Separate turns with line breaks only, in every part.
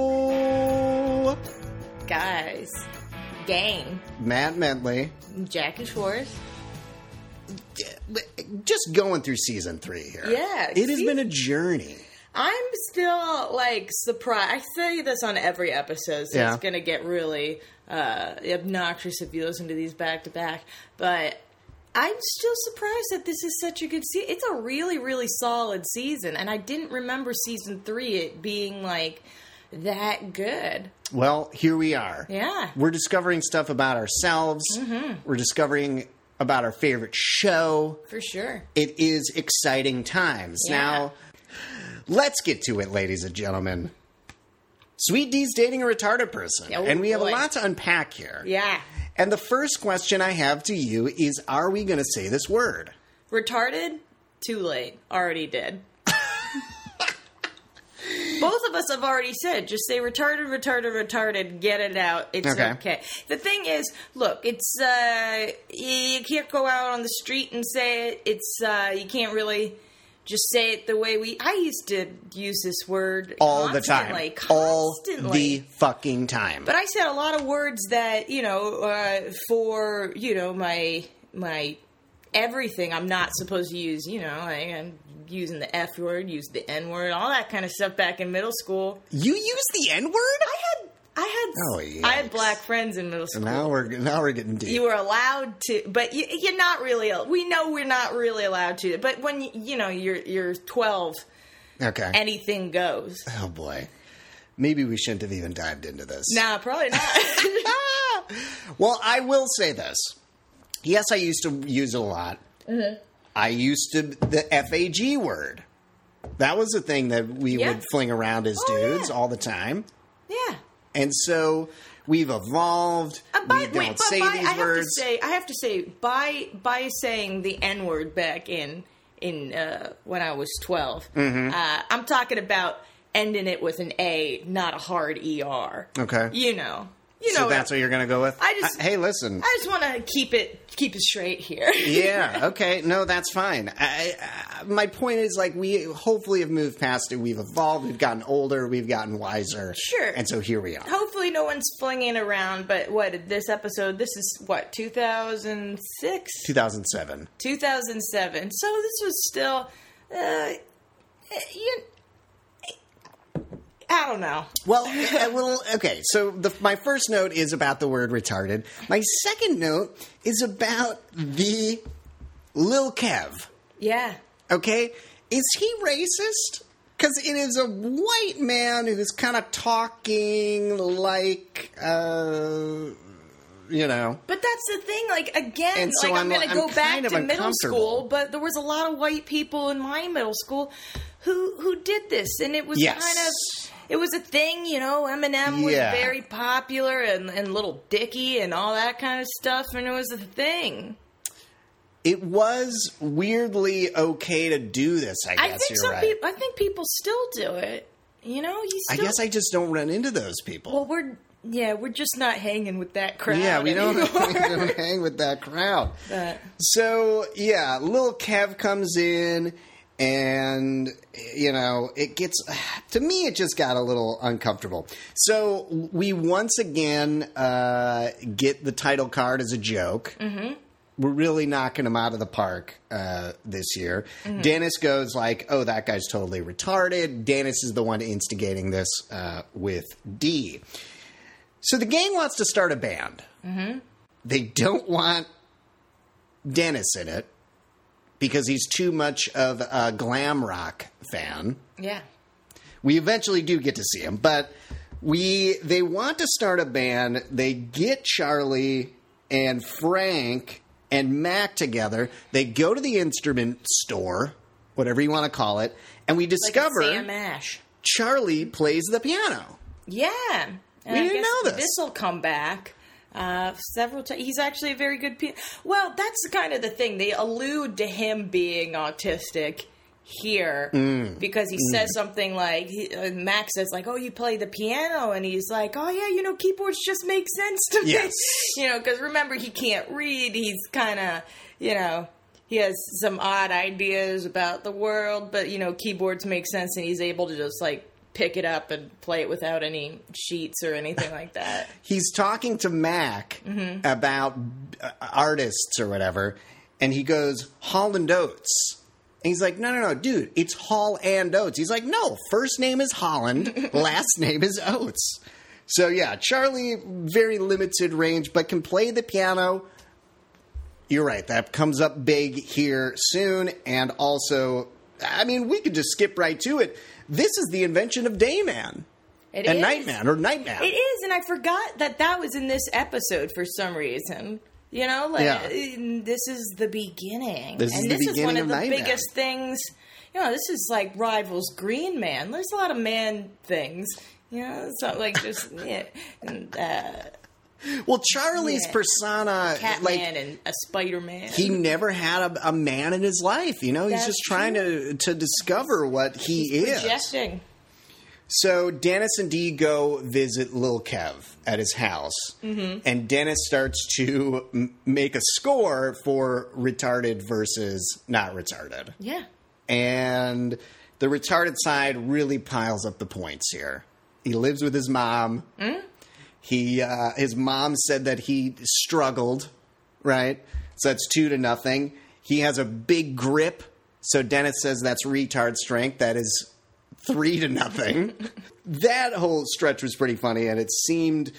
Hello,
Guys, gang,
Matt Medley.
Jackie Schwartz.
Just going through season three here.
Yeah,
It has
see-
been a journey.
I'm still like surprised. I say this on every episode, so
Yeah.
it's going to get really uh, obnoxious if you listen to these back to back. But I'm still surprised that this is such a good season. It's a really, really solid season, and I didn't remember season three it being like that good.
Well, here we are.
Yeah. Mm-hmm.
We're discovering stuff about ourselves, we're discovering about our favorite show.
For sure.
It is exciting times.
Yeah.
Now, let's get to it, ladies and gentlemen. Sweet D's dating a retarded person,
Oh,
and we have a
boy.
lot to unpack here.
Yeah.
And the first question I have to you is Are we going to say this word?
Retarded, too late. Already did. Both of us have already said, just say retarded, retarded, retarded, get it out. It's
Okay.
okay. The thing is, look, it's uh you can't go out on the street and say it. It's uh you can't really just say it the way we I used to use this word
all the time,
constantly,
all
constantly.
the fucking time.
But I said a lot of words that you know uh, for you know my my everything I'm not supposed to use. You know, I, am using the F word, use the N word, all that kind of stuff back in middle school.
you use the N word.
I had I had
Oh,
I had
yikes.
black friends in middle school.
Now we're now we're getting deep.
you were allowed to, but you, you're not really. We know we're not really allowed to. But when you, you know you're you're 12,
okay.
anything goes.
oh boy, maybe we shouldn't have even dived into this.
Nah, probably not.
Well, I will say this. Yes, I used to use it a lot.
Mm-hmm.
I used to the fag word. That was a thing that we
Yeah.
would fling around as
Oh,
dudes
yeah.
all the time,
yeah.
and so we've evolved.
Uh, by,
we don't
wait, but
say
by,
these
I
words.
Have to say, I have to say, by by saying the N word back in in uh, when I was 12
Mm-hmm.
uh, I'm talking about ending it with an A, not a hard ER.
okay,
You know, you
so
know.
that's what you're going to go with.
I just-
hey, listen.
I just want to keep it keep it straight here.
yeah. Okay. No, that's fine. I, I, my point is, like, we hopefully have moved past it. We've evolved. We've gotten older. We've gotten wiser.
Sure.
And so here we are.
Hopefully, no one's flinging around. But what this episode? This is what 2006.
2007.
2007. So this was still, uh, you, eh, I don't know.
Well, a little. Okay. So the, my first note is about the word retarded. My second note is about the Lil Kev.
Yeah.
Okay. Is he racist? Because it is a white man who's kind of talking like, uh, you know.
But that's the thing. Like again,
And so
like I'm,
I'm-
going to
I'm
go back
kind of
to middle
uncomfortable.
school, but there was a lot of white people in my middle school who who did this, and it was
Yes.
kind of it was a thing. You know, Eminem was
Yeah.
very popular, and and Little Dicky, and all that kind of stuff, and it was a thing.
It was weirdly okay to do this, I guess
I think
you're
some
right.
people. I think people still do it. You know, you
I
still
guess I just don't run into those people.
Well, we're yeah, we're just not hanging with that crowd.
yeah, we don't, we
anymore.
don't hang with that crowd.
But-
So, yeah, Lil Kev comes in and you know, it gets to me it just got a little uncomfortable. So, we once again uh get the title card as a joke. Mhm. We're really knocking him out of the park uh, this year. Dennis goes like, "Oh, that guy's totally retarded." Dennis is the one instigating this uh, with D. So the gang wants to start a band. Mm-hmm. They don't want Dennis in it because he's too much of a glam rock fan.
yeah,
We eventually do get to see him, but we they want to start a band. They get Charlie and Frank and Mac together. They go to the instrument store, whatever you want to call it, and we
like
discover
a Sam Ash.
Charlie plays the piano.
Yeah, we
didn't know this.
This will come back. Uh, several times. He's actually a very good. Pe- well, that's kind of the thing. They allude to him being autistic here because he says something like he, uh, Max says like, "Oh, you play the piano," and he's like, "Oh yeah, you know, keyboards just make sense to me."
Yes.
you know, because remember he can't read. He's kind of you know. He has some odd ideas about the world, but you know, keyboards make sense, and he's able to just like pick it up and play it without any sheets or anything like that.
he's talking to Mac
Mm-hmm.
about uh, artists or whatever, and he goes Holland Oates. And he's like, no, no, no, dude, it's Hall and Oates. He's like, no, first name is Holland, last name is Oates. So yeah, Charlie very limited range, but can play the piano. You're right, that comes up big here soon, and also, I mean, we could just skip right to it. This is the invention of Dayman
It
and
is-
Nightman or Nightman.
It is, and I forgot that that was in this episode for some reason. You know, like
Yeah.
uh, this is the beginning,
This is
and
the
this is one
beginning
of
of
the
Nightmare.
biggest things. You know, this is like rivals Green Man. There's a lot of man things. You know, it's not like just yeah, and, uh,
Well, Charlie's
Yeah.
persona,
Catman
like
and a Spider Man.
he never had a, a man in his life. You know, he's
That's
just trying to to discover what he is.
projecting.
So Dennis and Dee go visit Lil Kev at his house,
Mm-hmm.
and Dennis starts to m- make a score for retarded versus not retarded,
Yeah,
and the retarded side really piles up the points here. He lives with his mom. He uh, his mom said that he struggled, right? So that's two to nothing. He has a big grip. So Dennis says that's retard strength. That is three to nothing. that whole stretch was pretty funny, and it seemed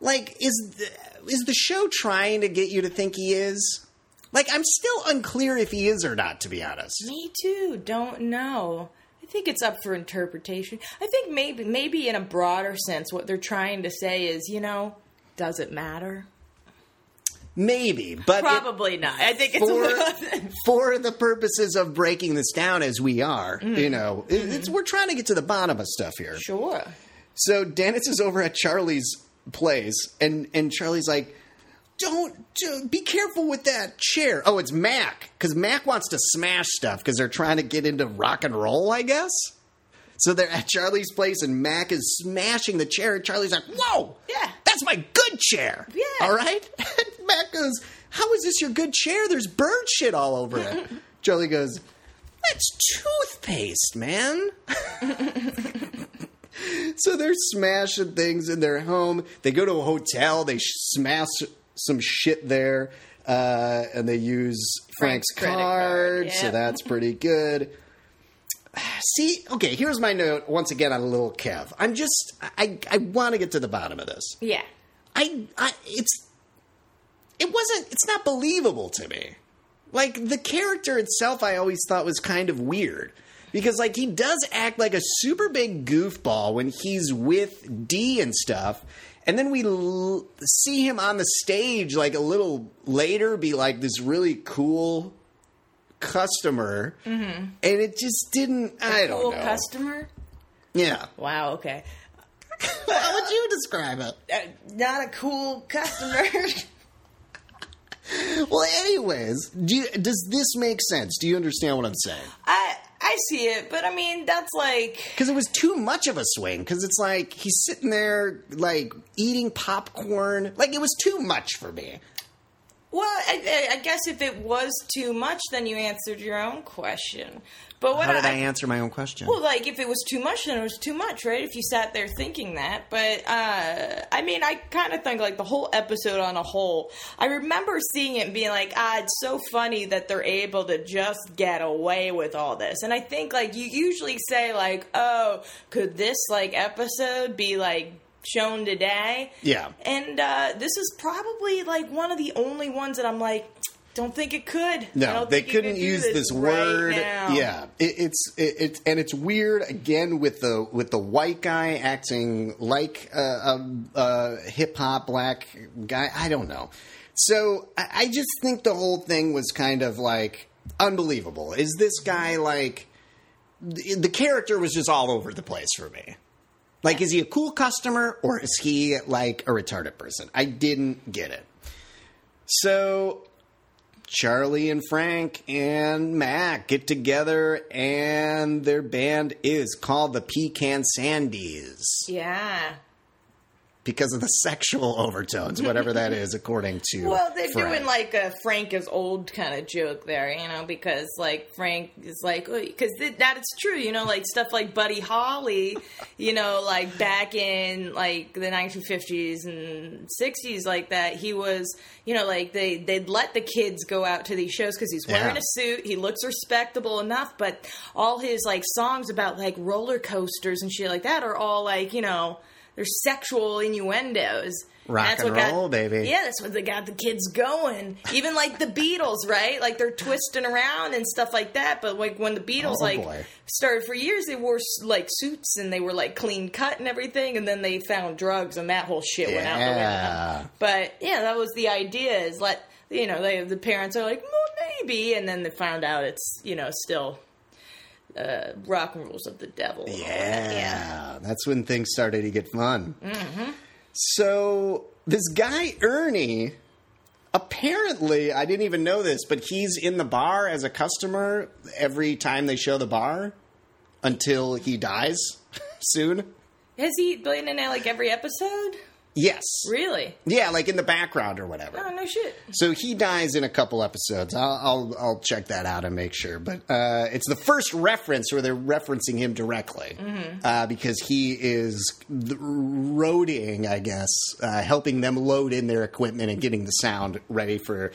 like is the, is the show trying to get you to think he is? Like I'm still unclear if he is or not. To be honest,
me too. Don't know. I think it's up for interpretation. I think maybe, maybe in a broader sense, what they're trying to say is, you know, does it matter?
maybe, but it-
Probably not. I think it's a
for
little-
for the purposes of breaking this down as we are, you know, it- it's, we're trying to get to the bottom of stuff here.
sure.
So Dennis is over at Charlie's place, and and Charlie's like, "Don't, don't be careful with that chair." Oh, it's Mac because Mac wants to smash stuff because they're trying to get into rock and roll, I guess. So they're at Charlie's place, and Mac is smashing the chair. And Charlie's like, "Whoa,
Yeah.
that's my good chair."
Yeah.
all right. And Mac goes, "How is this your good chair? There's bird shit all over it." Charlie goes, "That's toothpaste, man." So they're smashing things in their home. They go to a hotel. They sh- smash some shit there, uh, and they use Frank's,
Frank's credit
card.
card,
So
yep.
that's pretty good. See, okay, here's my note once again on little Kev. I'm just I I want to get to the bottom of this.
Yeah.
I, I it's it wasn't it's not believable to me. Like the character itself I always thought was kind of weird because like he does act like a super big goofball when he's with D and stuff. And then we l- see him on the stage like a little later be like this really cool customer. And it just didn't I don't
cool
know.
customer.
yeah.
Wow. Okay.
How would you describe it?
Uh, not a cool customer.
Well, anyways, do you, does this make sense? Do you understand what I'm saying?
I I see it, but I mean that's like
Because it was too much of a swing. Because it's like he's sitting there, like eating popcorn. Like it was too much for me.
well, I, I- I guess if it was too much, then you answered your own question. But what
How did I answer my own question?
Well, like if it was too much, then it was too much, right? If you sat there thinking that, but uh, I mean, I kind of think like the whole episode on a whole. I remember seeing it and being like, ah, it's so funny that they're able to just get away with all this. And I think like you usually say like, oh, could this like episode be like shown today?
Yeah.
And uh, this is probably like one of the only ones that I'm like, don't think it could. I
no,
don't
they
think you
couldn't
could do
use this
right
word.
now.
Yeah, it, it's it, it's and it's weird again with the with the white guy acting like a, a, a hip hop black guy. I don't know. So I, I just think the whole thing was kind of like unbelievable. Is this guy like? the the character was just all over the place for me. Like, is he a cool customer or is he like a retarded person? I didn't get it. So, Charlie and Frank and Mac get together, and their band is called the Pecan Sandies.
Yeah.
because of the sexual overtones, whatever that is, according to.
Well, they're
Frank.
doing like a Frank is old kind of joke there, you know, because like Frank is like because th- that is true, you know, like stuff like Buddy Holly, you know, like back in like the 1950s and 60s, like that he was, you know, like they they'd let the kids go out to these shows because he's wearing
Yeah.
a suit, he looks respectable enough, but all his like songs about like roller coasters and shit like that are all like you know. They're sexual innuendos. And
Rock and
got-
roll, baby.
Yeah, yeah, that's what they got the kids going. Even like the Beatles, right? Like they're twisting around and stuff like that. But like when the Beatles
Oh,
like
boy.
started for years, they wore like suits and they were like clean cut and everything. And then they found drugs and that whole shit went out the window.
Yeah.
But yeah, that was the idea. Is let you know they the parents are like well, maybe, and then they found out it's you know still uh, rock and rolls of the devil. and all that.
Yeah. That's when things started to get fun. So this guy, Ernie, apparently, I didn't even know this, but he's in the bar as a customer every time they show the bar until he dies soon.
Has he been in like every episode?
Yes.
Really?
Yeah, like in the background or whatever.
Oh no shit.
So he dies in a couple episodes. I'll I'll, I'll check that out and make sure. But uh, it's the first reference where they're referencing him directly uh, because he is th- roading, I guess, uh, helping them load in their equipment and getting the sound ready for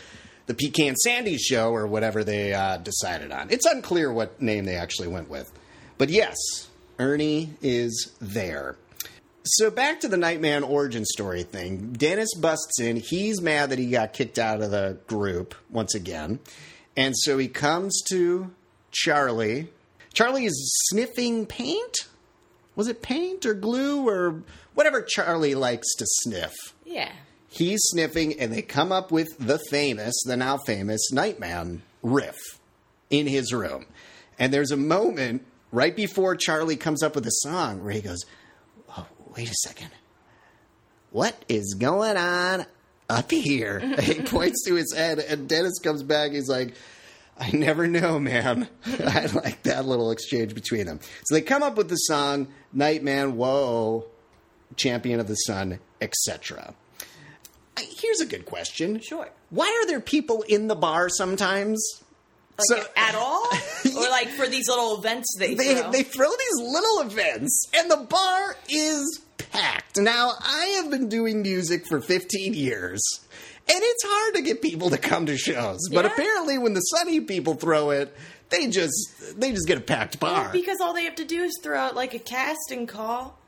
the Pecan Sandy show or whatever they uh, decided on. It's unclear what name they actually went with, but yes, Ernie is there. So back to the Nightman origin story thing. Dennis busts in. He's mad that he got kicked out of the group once again. And so he comes to Charlie. Charlie is sniffing paint? Was it paint or glue or whatever Charlie likes to sniff?
Yeah.
He's sniffing, and they come up with the famous, the now famous Nightman riff in his room. And there's a moment right before Charlie comes up with a song where he goes, oh, Wait a second. What is going on up here? he points to his head, and Dennis comes back. He's like, I never know, man. I like that little exchange between them. So they come up with the song, Nightman, Whoa, Champion of the Sun, etc. I- Here's a good question.
Sure.
Why are there people in the bar sometimes? so
at all, or like for these little events they,
they
throw?
they throw these little events, and the bar is packed. Now I have been doing music for 15 years, and it's hard to get people to come to shows. But
Yeah.
apparently, when the Sunny people throw it, they just they just get a packed bar.
because all they have to do is throw out like a casting call.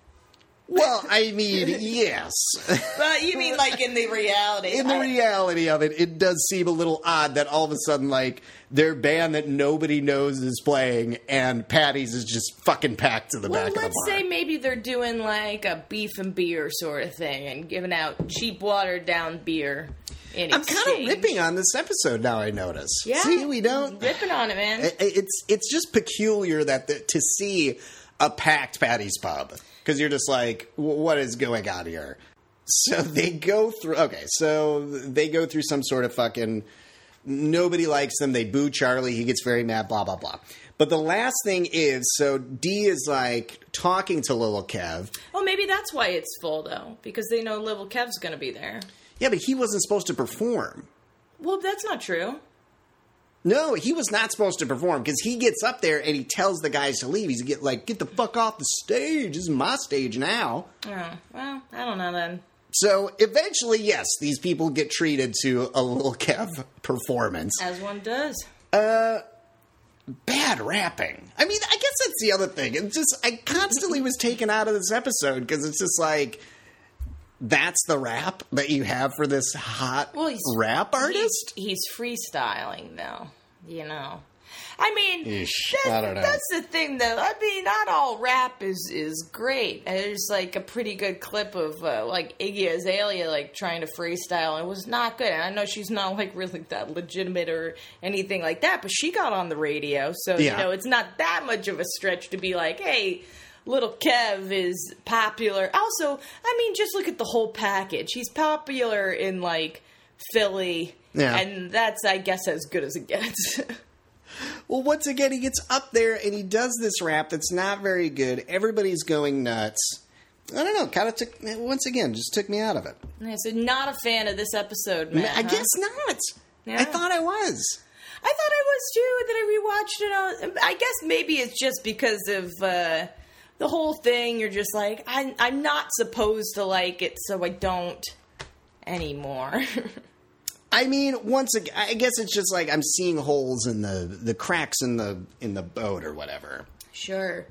well, I mean, yes.
But you mean like in the reality?
in the
I-
reality of it, it does seem a little odd that all of a sudden, like, their band that nobody knows is playing, and Patty's is just fucking packed to the
well,
back of the bar.
let's say maybe they're doing like a beef and beer sort of thing and giving out cheap watered down beer. In
I'm kind of ripping on this episode now. I notice.
Yeah,
See, we don't. I-
ripping on it, man.
I- It's it's just peculiar that the, to see a packed Patty's pub because you're just like, "W- what is going on here? So they go through. Okay, so they go through some sort of fucking. Nobody likes them. They boo Charlie. He gets very mad. Blah blah blah. But the last thing is, so D is like talking to Lil Kev.
oh, maybe that's why it's full though, because they know Little Kev's going to be there.
Yeah, but he wasn't supposed to perform.
Well, that's not true.
No, he was not supposed to perform because he gets up there and he tells the guys to leave. He's get like, get the fuck off the stage. This is my stage now.
Oh, well, I don't know then.
So eventually, yes, these people get treated to a little Kev performance.
As one does.
Bad rapping. I mean, I guess that's the other thing. It's just I constantly was taken out of this episode because it's just like that's the rap that you have for this hot
Well, he's-
rap artist.
He's, he's freestyling, though. You know. I mean,
Eesh,
that's,
I don't know.
that's the thing, though. I mean, not all rap is is great. And There's like a pretty good clip of uh, like Iggy Azalea like trying to freestyle, and it was not good. And I know she's not like really that legitimate or anything like that, but she got on the radio, so
Yeah.
you know it's not that much of a stretch to be like, hey. Little Kev is popular. Also, I mean, just look at the whole package. He's popular in like Philly,
Yeah.
and that's I guess as good as it gets.
Well, once again, he gets up there and he does this rap that's not very good. Everybody's going nuts. I don't know. Kind of took once again, just took me out of it.
Yeah, so not a fan of this episode, man.
I
huh?
guess not. I
Uh-huh. Yeah.
thought I was.
I thought I was too, and then I rewatched it. I, I guess maybe it's just because of uh, the whole thing. You're just like, I'm, I'm not supposed to like it, so I don't anymore.
I mean, once again, I guess it's just like I'm seeing holes in the the cracks in the in the boat or whatever.
sure.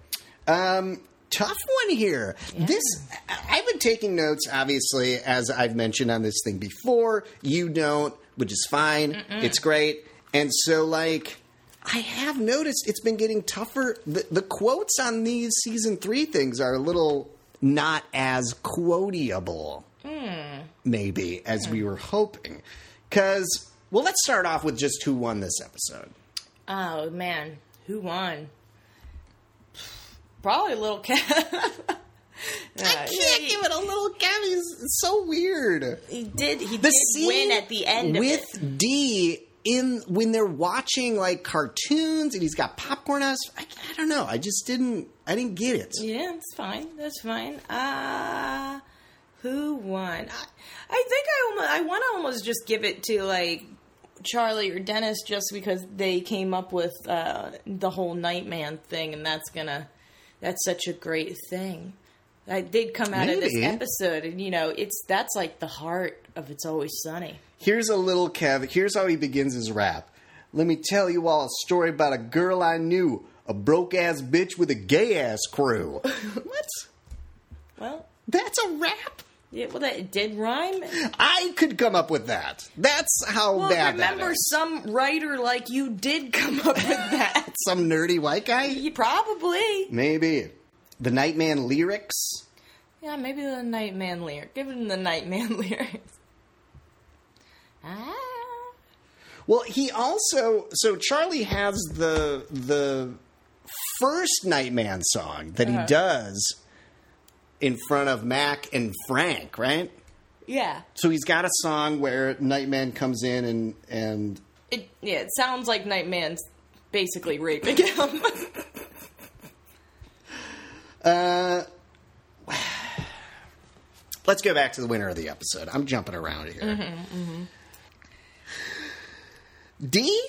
Um, tough one here. This I- I've been taking notes, obviously, as I've mentioned on this thing before. You don't, which is fine. It's great, and so like. I have noticed it's been getting tougher. The, the quotes on these season three things are a little not as quoteable, maybe, as we were hoping. Because, well, let's start off with just who won this episode.
Oh, man. Who won? Probably Little Cat.
I can't give it a little Gabby. It's so weird.
He did. He
the
did
scene
win at the end of it.
with D in when they're watching like cartoons and he's got popcorn on. His, I, I don't know. I just didn't. I didn't get it.
Yeah, that's fine. That's fine. Uh who won? I, I think I almost, I want to almost just give it to like Charlie or Dennis just because they came up with uh, the whole Nightman thing, and that's gonna that's such a great thing. I did come out of this
Maybe.
episode, and you know, it's that's like the heart of It's Always Sunny.
Here's a little Kev. Here's how he begins his rap. Let me tell you all a story about a girl I knew, a broke ass bitch with a gay ass crew. what?
Well,
That's a rap.
yeah, well, that it did rhyme.
I could come up with that. That's how
Well,
bad that
remember,
is.
some writer like you did come up with that.
Some nerdy white guy?
you probably.
Maybe. The Nightman lyrics?
Yeah, maybe the Nightman lyric. Give him the Nightman lyrics. Ah.
Well, he also so Charlie has the the first Nightman song that he does in front of Mac and Frank, right?
Yeah.
So he's got a song where Nightman comes in and and
It yeah, it sounds like Nightman's basically raping him.
let's go back to the winner of the episode. I'm jumping around here. D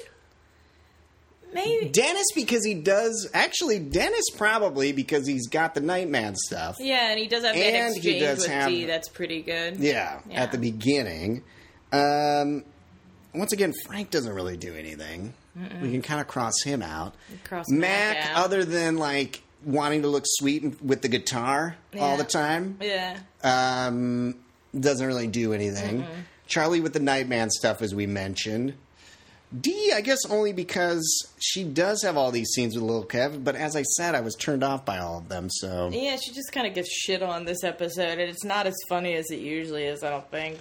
maybe.
Dennis because he does actually Dennis probably because he's got the Nightman stuff.
yeah, and he does have that
And he
exchange
does
with
have-
D. That's pretty good.
Yeah,
Yeah.
at the beginning. Um, once again, Frank doesn't really do anything. We can kind of cross him out.
Cross
Mac,
Mac out.
other than like wanting to look sweet and- with the guitar all
Yeah.
the time,
Yeah.
um, doesn't really do anything. Charlie with the Nightman stuff, as we mentioned. D, I guess only because she does have all these scenes with Lil Kev, but as I said, I was turned off by all of them, so.
Yeah, she just kind of gets shit on this episode, and it's not as funny as it usually is, I don't think.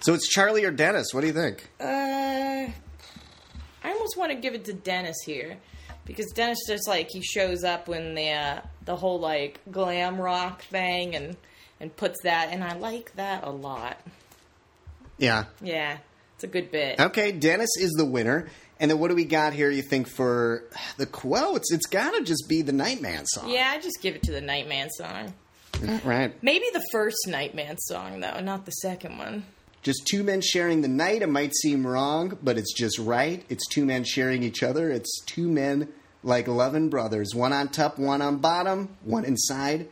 So it's Charlie or Dennis. What do you think?
Uh, I almost want to give it to Dennis here because Dennis just like he shows up when the uh, the whole like glam rock thing and and puts that and I like that a lot.
Yeah.
Yeah, it's a good bit.
Okay, Dennis is the winner. And then what do we got here, you think, for the quotes? It's got to just be the Nightman song.
Yeah, I just give it to the Nightman song.
Right.
Maybe the first Nightman song though, not the second one.
Just two men sharing the night. It might seem wrong, but it's just right. It's two men sharing each other. It's two men like loving brothers. One on top, one on bottom, one inside,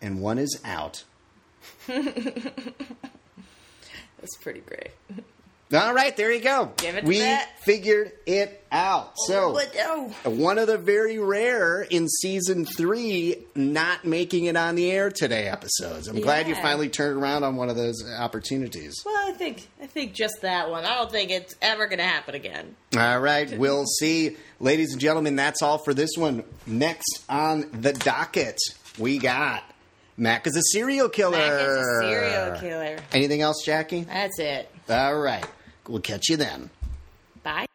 and one is out.
That's pretty great.
All right, there you go.
Give it
we
that.
figured it out. So.
But, oh,
One of the very rare in season three not making it on the air today episodes. I'm glad you
Yeah.
finally turned around on one of those opportunities.
well, I think I think just that one. I don't think it's ever gonna happen again.
All right, we'll see. Ladies and gentlemen, that's all for this one. Next on the docket, we got Mac is a serial killer.
Mac is a serial killer.
Anything else, Jackie?
That's it.
All right, we'll catch you then.
Bye.